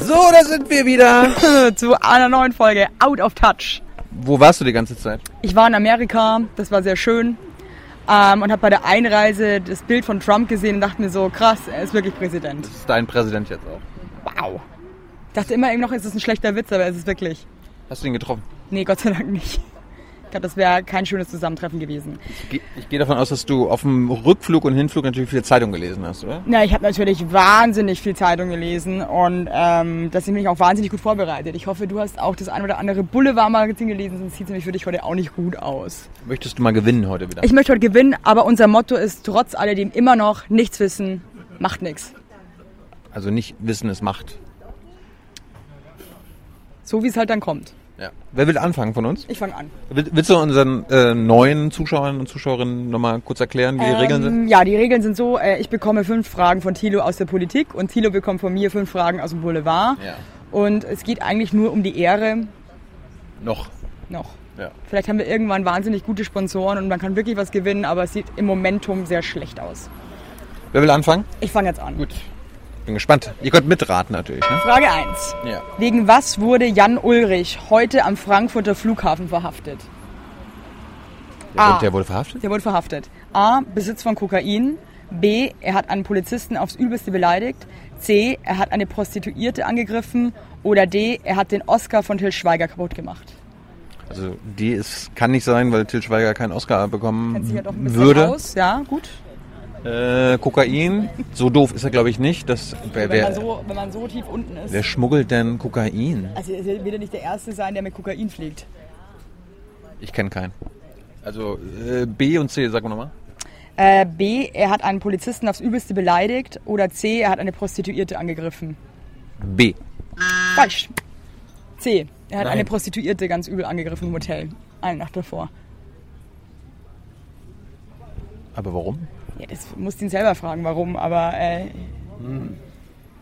So, da sind wir wieder. zu einer neuen Folge Out of Touch. Wo warst du die ganze Zeit? Ich war in Amerika, das war sehr schön ähm, und habe bei der Einreise das Bild von Trump gesehen und dachte mir so, krass, er ist wirklich Präsident. Das ist dein Präsident jetzt auch. Wow. Ich dachte immer eben noch, es ist ein schlechter Witz, aber es ist wirklich. Hast du ihn getroffen? Nee, Gott sei Dank nicht. Ich glaube, das wäre kein schönes Zusammentreffen gewesen. Ich geh- Ich gehe davon aus, dass du auf dem Rückflug und Hinflug natürlich viel Zeitung gelesen hast, oder? Na, ich habe natürlich wahnsinnig viel Zeitung gelesen und ähm, dass ich mich auch wahnsinnig gut vorbereitet. Ich hoffe, du hast auch das ein oder andere Boulevardmagazin gelesen, sonst sieht es nämlich für dich heute auch nicht gut aus. Möchtest du mal gewinnen heute wieder? Ich möchte heute gewinnen, aber unser Motto ist trotz alledem immer noch nichts wissen, macht nichts. also nicht Wissen ist Macht. So wie es halt dann kommt. Ja. Wer will anfangen von uns? Ich fange an. Will- Willst du unseren äh, neuen Zuschauern und Zuschauerinnen nochmal kurz erklären, wie Ähm. die Regeln sind? Ja, die Regeln sind so, äh, ich bekomme fünf Fragen von Thilo aus der Politik und Thilo bekommt von mir fünf Fragen aus dem Boulevard. Ja. Und es geht eigentlich nur um die Ehre Noch. noch. Ja. Vielleicht haben wir irgendwann wahnsinnig gute Sponsoren und man kann wirklich was gewinnen, aber es sieht im Momentum sehr schlecht aus. Wer will anfangen? Ich fange jetzt an. Gut. Bin gespannt. Ihr könnt mitraten natürlich, ne? Frage 1. Ja. Wegen was wurde Jan Ulrich heute am Frankfurter Flughafen verhaftet? Der, Ah. wurde, der wurde verhaftet? Der wurde verhaftet. A. Besitz von Kokain. B. Er hat einen Polizisten aufs Übelste beleidigt. C. Er hat eine Prostituierte angegriffen. Oder D. Er hat den Oscar von Till Schweiger kaputt gemacht. Also die ist, kann nicht sein, weil Til Schweiger keinen Oscar bekommen Kennt sich ja doch ein bisschen würde. aus. Ja, gut. Äh, Kokain, so doof ist er glaube ich nicht. Das, wer, wenn, man wer, so, wenn man so tief unten ist. wer schmuggelt denn Kokain? Also er wird ja nicht der Erste sein, der mit Kokain fliegt. Ich kenne keinen. Also äh, B und C, sag mal nochmal. Äh, B. Er hat einen Polizisten aufs Übelste beleidigt. Oder C. Er hat eine Prostituierte angegriffen. B. Falsch. C. Er hat Nein. eine Prostituierte ganz übel angegriffen im Hotel. Eine Nacht davor. Aber warum? Ja, das musst ihn selber fragen, warum, aber äh,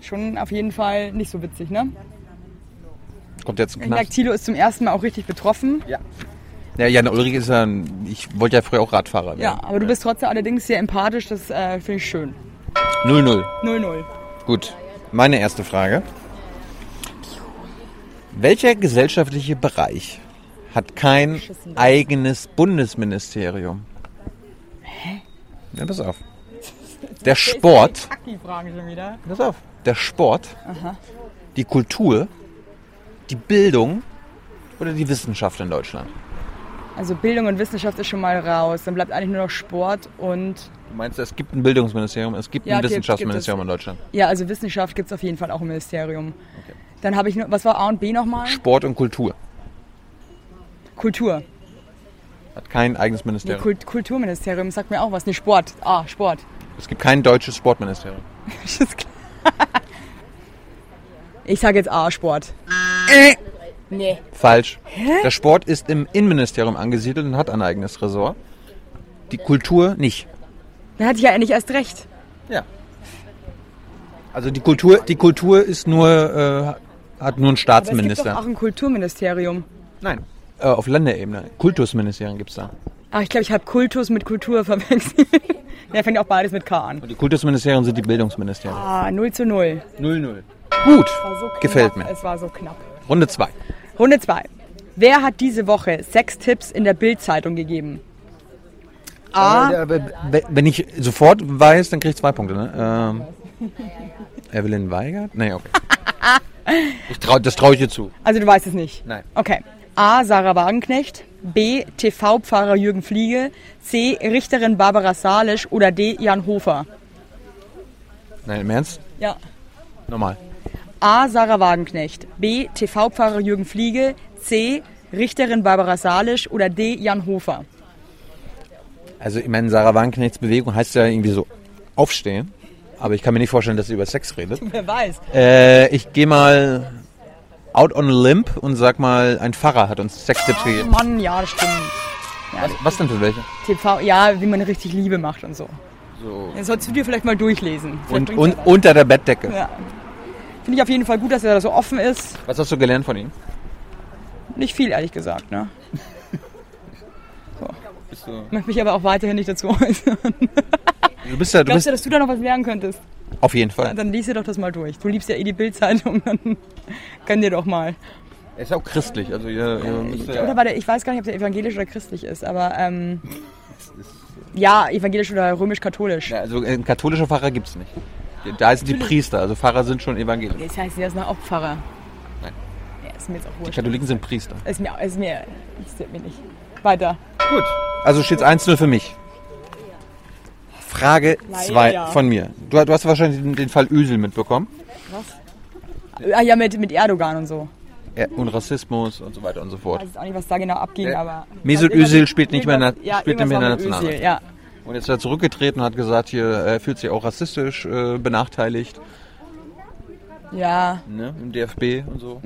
schon auf jeden Fall nicht so witzig, ne? Kommt jetzt ein Ich merke, Knast. Thilo ist zum ersten Mal auch richtig betroffen. Ja. Ja, Jan Ulrich ist ja, ein- ich wollte ja früher auch Radfahrer werden. Ja, aber du bist trotzdem allerdings sehr empathisch, das äh, finde ich schön. 0-0. 0-0. Gut, meine erste Frage. Welcher gesellschaftliche Bereich hat kein Beschissen. eigenes Bundesministerium? Hä? Ja, pass auf. Der Sport, Die Frage schon wieder. pass auf, der Sport, die Kultur, die Bildung oder die Wissenschaft in Deutschland? Also Bildung und Wissenschaft ist schon mal raus. Dann bleibt eigentlich nur noch Sport und... Du meinst, es gibt ein Bildungsministerium, es gibt Ja, ein gibt- Wissenschaftsministerium gibt in Deutschland. Ja, also Wissenschaft gibt es auf jeden Fall auch im Ministerium. Dann habe ich nur... Was war A und B nochmal? Sport und Kultur Kultur. hat kein eigenes Nee, Ministerium. Kult Kulturministerium sagt mir auch was. Nee, Sport. Ah, Sport. Es gibt kein deutsches Sportministerium. Das ist klar. Ich sage jetzt A-Sport. Nee. Falsch. Der Sport ist im Innenministerium angesiedelt und hat ein eigenes Ressort. Die Kultur nicht. Dann hatte ich ja eigentlich erst recht. Ja. Also die Kultur, die Kultur ist nur, äh, hat nur einen Aber es gibt doch auch Staatsminister. ein Kulturministerium. Nein. Äh, auf Länderebene. Kultusministerium gibt's da. Ach, ich glaube, ich habe Kultus mit Kultur verwechselt. Der fängt auch beides mit K an. Und die Kultusministerien sind die Bildungsministerien. Ah, 0 zu 0. Null null. Gut. War so knapp. Gefällt mir. Es war so knapp. Runde zwei. Runde 2. Wer hat diese Woche sechs Tipps in der Bild-Zeitung gegeben? A. Äh, aber w- Wenn ich sofort weiß, dann krieg ich zwei Punkte. Ne? Ähm, Evelyn Weigert? Nee, okay. Ich trau, das traue ich dir zu. Also du weißt es nicht? Nein. Okay. A. Sarah Wagenknecht. B. TV-Pfarrer Jürgen Fliege. C. Richterin Barbara Salisch. Oder D. Jan Hofer. Nein, im Ernst? Ja. Nochmal. A. Sarah Wagenknecht. B. TV-Pfarrer Jürgen Fliege. C. Richterin Barbara Salisch. Oder D. Jan Hofer. Also ich meine, Sarah Wagenknechts Bewegung heißt ja irgendwie so aufstehen. Aber ich kann mir nicht vorstellen, dass sie über Sex redet. Wer weiß. Äh, ich gehe mal out on a limb und sag mal, ein Pfarrer hat uns Sextipps gegeben. Oh Mann, ja, das stimmt. Was, was denn für welche? TV, ja, wie man richtig Liebe macht und so. So. Das sollst du dir vielleicht mal durchlesen. Vielleicht Und, bringt's und ja was. unter der Bettdecke. Ja. Finde ich auf jeden Fall gut, dass er da so offen ist. Was hast du gelernt von ihm? Nicht viel, ehrlich gesagt, ne? Bist du, möchte mich aber auch weiterhin nicht dazu äußern. du bist ja, du Glaubst bist, du, dass du da noch was lernen könntest? Auf jeden Fall. Dann lies dir doch das mal durch. Du liebst ja eh die Bildzeitung, dann gönn dir doch mal. Er ist auch christlich. Also ihr, ihr müsst ja- Oder warte, ich weiß gar nicht, ob der evangelisch oder christlich ist, aber ähm, ja, evangelisch oder römisch-katholisch. Ja, also äh, katholische Pfarrer gibt es nicht. Da sind die Priester. Also Pfarrer sind schon evangelisch. Das heißt, er ist noch auch Pfarrer. Nein. Ja, ist mir jetzt auch Die wurscht. Katholiken sind Priester. Ist mir, ist mir, interessiert mich nicht. Weiter. Gut. Also steht es 1-0 für mich. Frage 2 Leider. von mir. Du, du hast wahrscheinlich den, den Fall Ösel mitbekommen. Ah ja, mit, mit Erdogan und so. Ja, und Rassismus und so weiter und so Ich fort. weiß jetzt auch nicht, was da genau abging, Ja. aber. Mesut Irgendwas- Özil spielt nicht mehr in der- irgendwas- ja, spielt nicht mehr in der irgendwas war mit Özil, Ja. Und jetzt ist er zurückgetreten und hat gesagt, hier er fühlt sich auch rassistisch äh, benachteiligt. ja, ne, im DFB und so.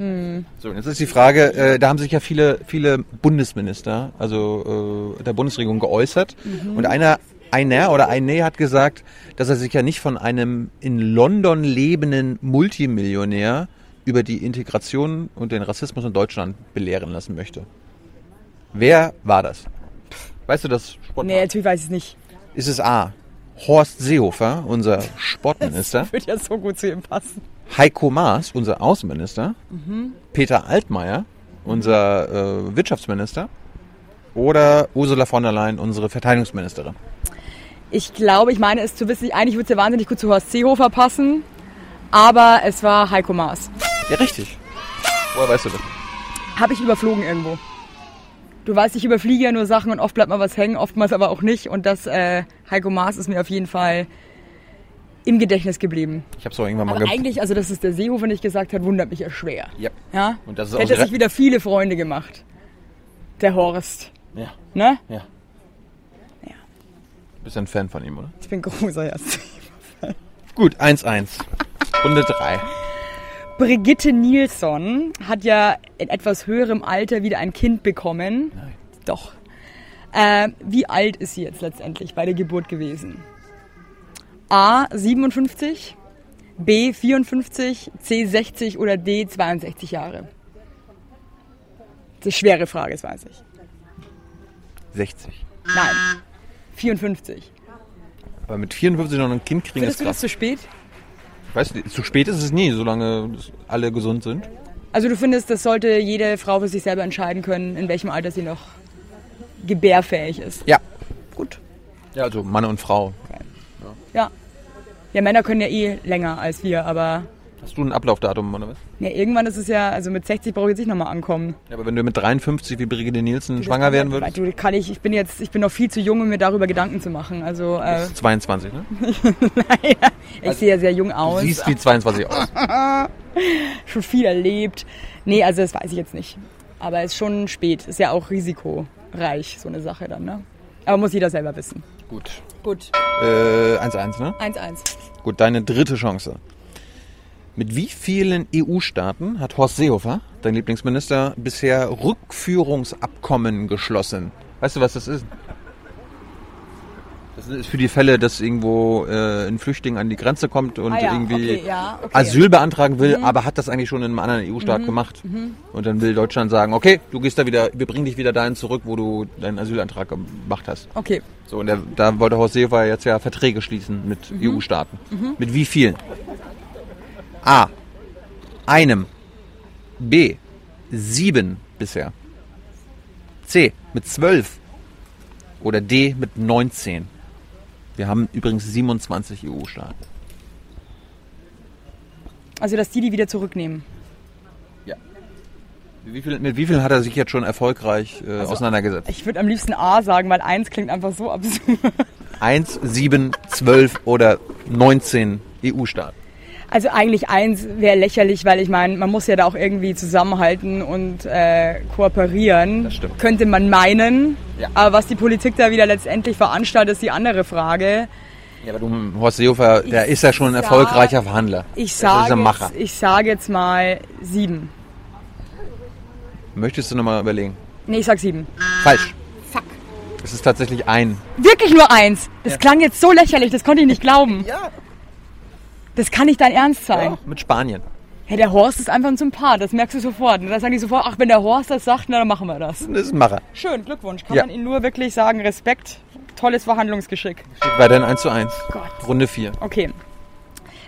So, und jetzt ist die Frage, äh, da haben sich ja viele, viele Bundesminister, also äh, der Bundesregierung geäußert und einer, einer oder eine hat gesagt, dass er sich ja nicht von einem in London lebenden Multimillionär über die Integration und den Rassismus in Deutschland belehren lassen möchte. Wer war das? Weißt du das spontan? nee, natürlich weiß ich es nicht. Ist es A. Horst Seehofer, unser Sportminister? Würde ja so gut zu ihm passen. Heiko Maas, unser Außenminister, Peter Altmaier, unser äh, Wirtschaftsminister oder Ursula von der Leyen, unsere Verteidigungsministerin. Ich glaube, ich meine es zu wissen, eigentlich würde es ja wahnsinnig gut zu Horst Seehofer passen, aber es war Heiko Maas. Ja, richtig. Woher weißt du das? Habe ich überflogen irgendwo. Du weißt, ich überfliege ja nur Sachen und oft bleibt mal was hängen, oftmals aber auch nicht. Und das äh, Heiko Maas ist mir auf jeden Fall im Gedächtnis geblieben. Ich habe es auch irgendwann mal Aber ge- eigentlich, also dass es der Seehofer nicht gesagt hat, wundert mich ja schwer. Ja. Ja? Und das ist Hätte auch sich wieder viele Freunde gemacht. Der Horst. ja. Ne? ja. Ja. Bist ein Fan von ihm, oder? Ich bin großer Herz. Gut, 1-1. Runde 3. Brigitte Nilsson hat ja in etwas höherem Alter wieder ein Kind bekommen. Nein. Doch. Äh, wie alt ist sie jetzt letztendlich bei der Geburt gewesen? A 57, B 54, C 60 oder D 62 Jahre? Das ist eine schwere Frage, das weiß ich. 60. Nein. 54. Aber mit 54 noch ein Kind kriegen ist Findest du das krass. zu spät? Weißt du, zu spät ist es nie, solange es alle gesund sind. Also du findest, das sollte jede Frau für sich selber entscheiden können, in welchem Alter sie noch gebärfähig ist. Ja. Gut. Ja, also Mann und Frau. Ja. Ja, Männer können ja eh länger als wir, aber Hast du ein Ablaufdatum oder was? ja, irgendwann ist es ja, also mit 60 brauche ich jetzt nicht nochmal ankommen. Ja, aber wenn du mit 53 wie Brigitte Nielsen schwanger werden würdest, Du, kann ich, ich bin jetzt, ich bin noch viel zu jung, um mir darüber Gedanken zu machen. Also, äh, ist 22, ne? ich sehe ja sehr jung Du aus, siehst wie 22 aus. schon viel erlebt. Nee, also das weiß ich jetzt nicht. Aber ist schon spät, ist ja auch risikoreich, so eine Sache dann, ne? Aber muss jeder selber wissen. Gut. Gut, Äh, 1-1, ne? 1-1. Gut, deine dritte Chance. Mit wie vielen EU-Staaten hat Horst Seehofer, dein Lieblingsminister, bisher Rückführungsabkommen geschlossen? Weißt du, was das ist? Das ist für die Fälle, dass irgendwo äh, ein Flüchtling an die Grenze kommt und Ah ja, irgendwie okay, ja, okay. Asyl beantragen will, aber hat das eigentlich schon in einem anderen EU-Staat gemacht. Und dann will Deutschland sagen, okay, du gehst da wieder, wir bringen dich wieder dahin zurück, wo du deinen Asylantrag gemacht hast. Okay, So, und der, da wollte Horst Seehofer jetzt ja Verträge schließen mit EU-Staaten. Mit wie vielen? A. Einem. B. Sieben bisher. C. Mit zwölf. Oder D. Mit 19. Wir haben übrigens E 27 EU-Staaten. also dass die die wieder zurücknehmen. Wie viel, mit wie vielen hat er sich jetzt schon erfolgreich äh, auseinandergesetzt? Also, Ich würde am liebsten A sagen, weil 1 klingt einfach so absurd. Eins, sieben, zwölf oder E 19 EU-Staaten. Also eigentlich eins wäre lächerlich, weil ich meine, man muss ja da auch irgendwie zusammenhalten und äh, kooperieren. Das stimmt. Könnte man meinen. Ja. Aber was die Politik da wieder letztendlich veranstaltet, ist die andere Frage. Ja, aber du, Hm, Horst Seehofer, der Ich ist ja schon ein sag- erfolgreicher Verhandler. Ich Das ist sage, ein Macher. jetzt, ich sage jetzt mal sieben. Möchtest du nochmal überlegen? Nee, ich sag sieben. Falsch. Fuck. Es ist tatsächlich ein. Wirklich nur eins. Das klang jetzt so lächerlich, das konnte ich nicht glauben. Ja. Das kann nicht dein Ernst sein. Mit Spanien. Hey, der Horst ist einfach ein Sympath, das merkst du sofort. Und da sagen die sofort, ach, wenn der Horst das sagt, na, dann machen wir das. Das ist ein Macher. Schön, Glückwunsch. Kann Ja. man Ihnen nur wirklich sagen, Respekt, tolles Verhandlungsgeschick. Steht weiterhin 1 zu 1. Gott. Runde 4. Okay.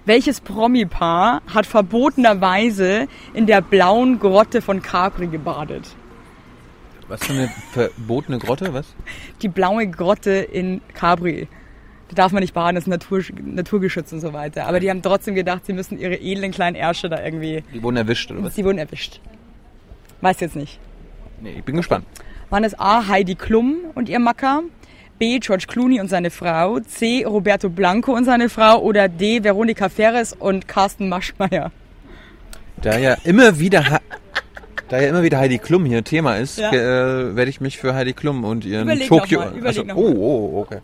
Welches Promi-Paar hat verbotenerweise in der blauen Grotte von Capri gebadet? Was für eine verbotene Grotte, was? Die blaue Grotte in Capri. Da darf man nicht baden, das ist Natursch- Naturgeschützt und so weiter. Aber die haben trotzdem gedacht, sie müssen ihre edlen kleinen Ärsche da irgendwie. Die wurden erwischt oder was? Sie wurden erwischt. Weiß jetzt nicht. Nee, ich bin gespannt. Waren es A. Heidi Klum und ihr Macker? B. George Clooney und seine Frau? C. Roberto Blanco und seine Frau? Oder D. Veronika Ferres und Carsten Maschmeyer? Da ja immer wieder, Ha- da ja immer wieder Heidi Klum hier Thema ist, Ja. äh, werde ich mich für Heidi Klum und ihren Überleg Tokio. noch mal, überleg noch oh, oh, okay.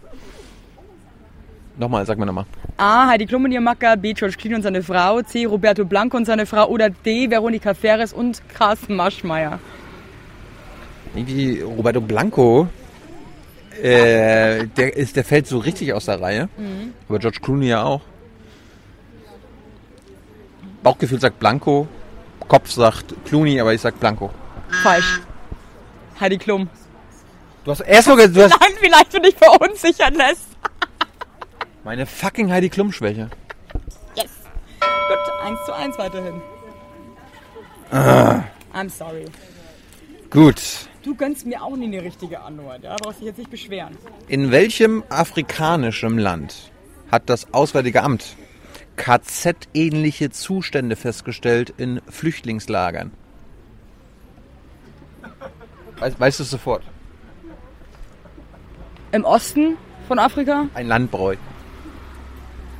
Nochmal, sag mir nochmal. A. Heidi Klum und ihr Macker? B. George Clooney und seine Frau? C. Roberto Blanco und seine Frau? Oder D. Veronika Ferres und Carsten Maschmeyer? Irgendwie Roberto Blanco, äh, der, ist, der fällt so richtig aus der Reihe. Mhm. Aber George Clooney ja auch. Bauchgefühl sagt Blanco, Kopf sagt Clooney, aber ich sag Blanco. Falsch. Heidi Klum. Du hast erstmal ge- du hast Nein, vielleicht bin ich verunsichern lässt. meine fucking Heidi Klum Schwäche. Yes. Gut, 1 zu 1 weiterhin. I'm sorry. Gut. Du gönnst mir auch nie eine richtige Antwort, ja? Brauchst dich jetzt nicht beschweren. In welchem afrikanischen Land hat das Auswärtige Amt KZ-ähnliche Zustände festgestellt in Flüchtlingslagern? Weißt, weißt du es sofort? Im Osten von Afrika? Ein Landbräu.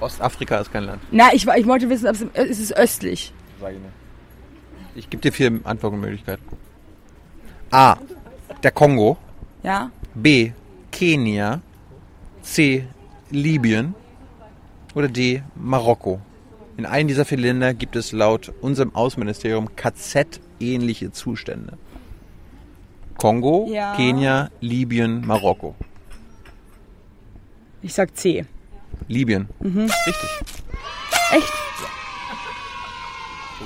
Ostafrika ist kein Land, Na, ich, ich wollte wissen, ob es, im- es ist östlich. sage ich nicht. Ich gebe dir vier Antwortmöglichkeiten. A. Der Kongo. Ja? B. Kenia. C. Libyen. Oder D. Marokko. In allen dieser vier Länder gibt es laut unserem Außenministerium KZ-ähnliche Zustände. Kongo, Ja. Kenia, Libyen, Marokko. Ich sag C. Libyen. Richtig. Mhm. Echt?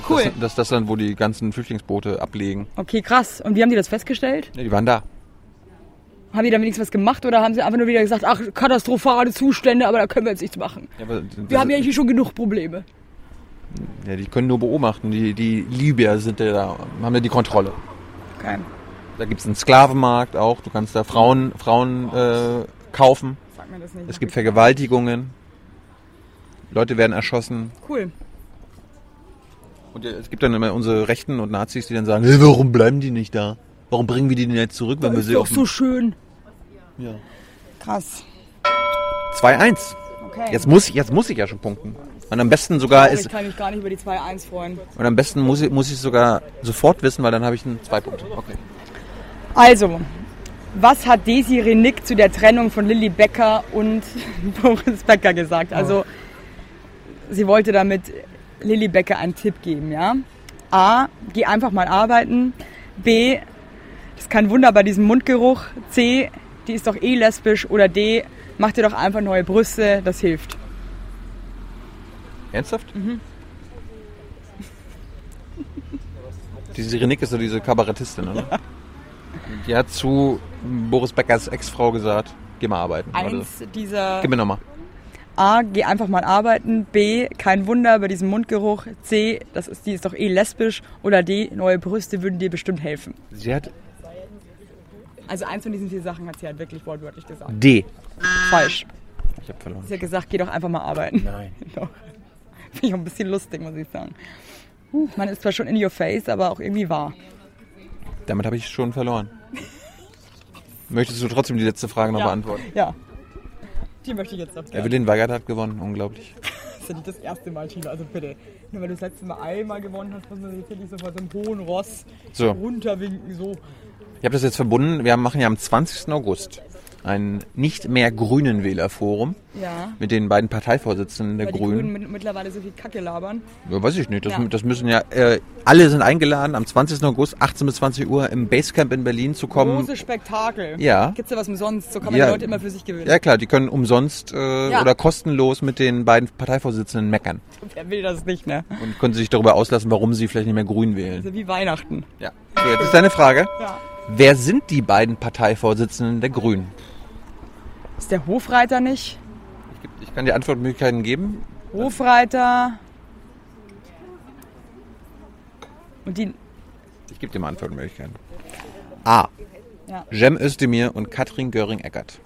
Cool. Das, das ist das Land, wo die ganzen Flüchtlingsboote ablegen. Okay, krass. Und wie haben die das festgestellt? Ne, die waren da. Haben die da wenigstens was gemacht oder haben sie einfach nur wieder gesagt, ach, katastrophale Zustände, aber da können wir jetzt nichts machen. Ja, aber Wir haben ja ja, hier schon genug Probleme. die können nur beobachten. Die, die Libyer sind ja da, haben ja die Kontrolle. Okay. Da gibt es einen Sklavenmarkt auch. Du kannst da Frauen, Frauen äh, kaufen. Sag mir das nicht. Es gibt Vergewaltigungen. Leute werden erschossen. Cool. Und äh, es gibt dann immer unsere Rechten und Nazis, die dann sagen, "Hey, warum bleiben die nicht da? Warum bringen wir die denn jetzt zurück, wenn wir Das ist sie doch auf so dem... schön. Ja. Krass. 2-1. Okay. Jetzt muss, ich- jetzt muss ich ja schon punkten. Und am besten sogar ich ist... kann mich gar nicht über die 2-1 freuen. Und am besten muss ich, muss ich sogar sofort wissen, weil dann habe ich einen zwei Punkte. Okay. Also, was hat Desiree Nick zu der Trennung von Lilly Becker und Boris Becker gesagt? Also, sie wollte damit Lilly Becker einen Tipp geben, ja? A, geh einfach mal arbeiten. B, das ist kein Wunder bei diesem Mundgeruch. C, die ist doch eh lesbisch. Oder D, mach dir doch einfach neue Brüste, das hilft. Ernsthaft? Mhm. Die Sirenik ist so diese Kabarettistin, oder? Die hat zu Boris Beckers Ex-Frau gesagt, geh mal arbeiten. Oder? Eins dieser Gib mir nochmal. A, geh einfach mal arbeiten. B, kein Wunder bei diesem Mundgeruch. C, das ist, die ist doch eh lesbisch. Oder D, neue Brüste würden dir bestimmt helfen. Sie hat Also eins von diesen vier Sachen hat sie halt wirklich wortwörtlich gesagt. D. Falsch. Ich habe verloren. Sie hat gesagt, geh doch einfach mal arbeiten. Nein. Doch. Finde ich auch ein bisschen lustig, muss ich sagen. Huh, Man ist zwar schon in your face, aber auch irgendwie wahr. Damit habe ich schon verloren. Möchtest du trotzdem die letzte Frage noch beantworten? Ja. Die möchte ich jetzt noch gerne. Evelyn Weigert hat gewonnen, unglaublich. Das ist ja nicht das erste Mal, Tina, also bitte. Nur weil du das letzte Mal einmal gewonnen hast, muss man jetzt nicht so von so einem hohen Ross So. runterwinken, so. Ich habe das jetzt verbunden. Wir machen ja am 20. August ein nicht mehr Grünen Wählerforum Ja. mit den beiden Parteivorsitzenden der Weil die Grünen. Grünen mit, mittlerweile so viel Kacke labern. Ja, weiß ich nicht. Das, Ja. das müssen ja äh, alle sind eingeladen, am 20. August 18 bis 20 Uhr im Basecamp in Berlin zu kommen. Große Spektakel. Ja. Gibt's da was umsonst? So kann man Ja. die Leute immer für sich gewinnen. Ja klar, die können umsonst äh, Ja. oder kostenlos mit den beiden Parteivorsitzenden meckern Wer will das nicht, ne? und können sich darüber auslassen, warum sie vielleicht nicht mehr Grün wählen. Also wie Weihnachten. Ja. So, jetzt ist deine Frage. Ja. Wer sind die beiden Parteivorsitzenden der Grünen? Ist der Hofreiter nicht? Ich, geb- ich kann dir Antwortmöglichkeiten geben. Hofreiter. Und die. Ich gebe dir mal Antwortmöglichkeiten. A. Ja. Jem Özdemir und Katrin Göring-Eckert.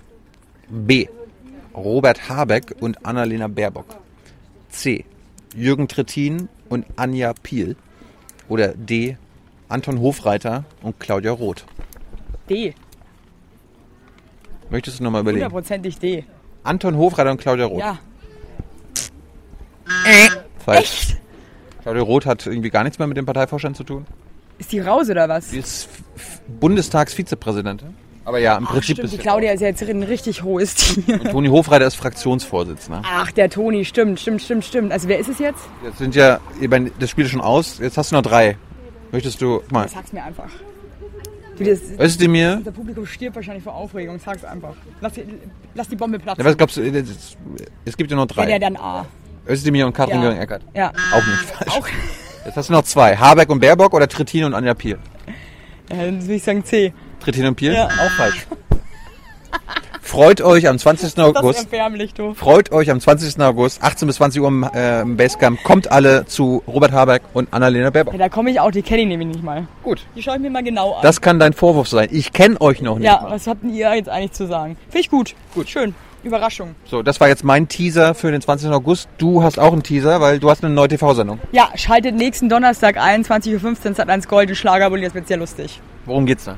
B. Robert Habeck und Annalena Baerbock. C. Jürgen Trittin und Anja Piel. Oder D. Anton Hofreiter und Claudia Roth. D. Möchtest du nochmal überlegen? Hundertprozentig D. Anton Hofreiter und Claudia Roth. Ja. Falsch. Claudia Roth hat irgendwie gar nichts mehr mit dem Parteivorstand zu tun. Ist die raus oder was? Sie ist F- F- Bundestagsvizepräsidentin. Aber ja, im Prinzip Stimmt, die ist Claudia ist ja jetzt ein richtig hohes Tier. Und Toni Hofreiter ist Fraktionsvorsitzender. Ach, der Toni, stimmt, stimmt, stimmt, stimmt. Also wer ist es jetzt? Jetzt sind ja, ich meine, das Spiel ist schon aus. Jetzt hast du noch drei. Möchtest du, guck mal, Sag's mir einfach. Du, das, Özdemir, das Publikum stirbt wahrscheinlich vor Aufregung. Sag's einfach. Lass, die- lass die Bombe platzen. ja, was glaubst du, äh, das- es gibt ja noch Wenn drei. er dann A. Özdemir und Katrin Ja. Göring-Eckert. Ja. Auch nicht falsch. Auch. Jetzt hast du noch zwei. Habeck und Baerbock oder Trittin und Anja Piel? Äh, Dann würde ich sagen C. Trittin und Piel? Ja. Auch falsch. Freut euch am 20. Das ist August. erbärmlich, du. Freut euch am 20. August, 18 bis 20 Uhr im, äh, im Basecamp. Kommt alle zu Robert Habeck und Annalena Ja, Baerbock. da komme ich auch, die kenne ich nämlich nicht mal. Gut. Die schaue ich mir mal genau an. Das kann dein Vorwurf sein. Ich kenne euch noch nicht. ja, mal. was habt denn ihr jetzt eigentlich zu sagen? Finde ich gut. Gut. Schön. Überraschung. So, das war jetzt mein Teaser für den 20. August. Du hast auch einen Teaser, weil du hast eine neue TV-Sendung. Ja, schaltet nächsten Donnerstag ein, 20.15 Uhr, Sat 1 Gold, den Schlagerbully, das wird sehr lustig. Worum geht's da?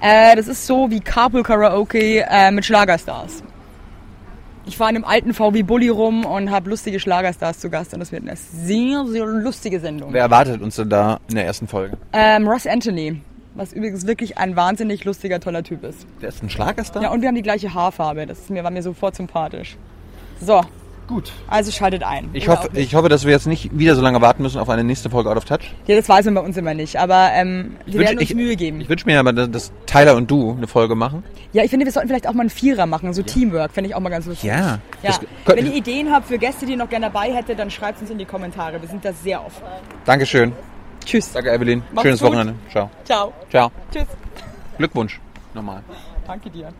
Äh, das ist so wie Carpool Karaoke äh, mit Schlagerstars. Ich war in einem alten VW Bulli rum und habe lustige Schlagerstars zu Gast und das wird eine sehr, sehr lustige Sendung. Wer erwartet uns denn da in der ersten Folge? Ähm, Ross Anthony, was übrigens wirklich ein wahnsinnig lustiger, toller Typ ist. Der ist ein Schlagerstar? Ja, und wir haben die gleiche Haarfarbe. Das ist mir, war mir sofort sympathisch. So, gut. also schaltet ein. Ich Oder hoffe, auch nicht. ich hoffe, dass wir jetzt nicht wieder so lange warten müssen auf eine nächste Folge Out of Touch. Ja, das weiß man bei uns immer nicht, aber ähm, wir wünsch- werden uns ich- Mühe geben. Ich wünsche mir aber, dass Tyler und du eine Folge machen. ja, ich finde, wir sollten vielleicht auch mal einen Vierer machen, so Teamwork, fände ich auch mal ganz lustig. Ja. Ja. Das könnt- Wenn ihr Ideen habt für Gäste, die ihr noch gerne dabei hättet, dann schreibt uns in die Kommentare. Wir sind da sehr offen. Dankeschön. Tschüss. Danke, Evelyn. Macht's Schönes gut. Wochenende. Ciao. Ciao. Ciao. Tschüss. Glückwunsch. Nochmal. Danke dir.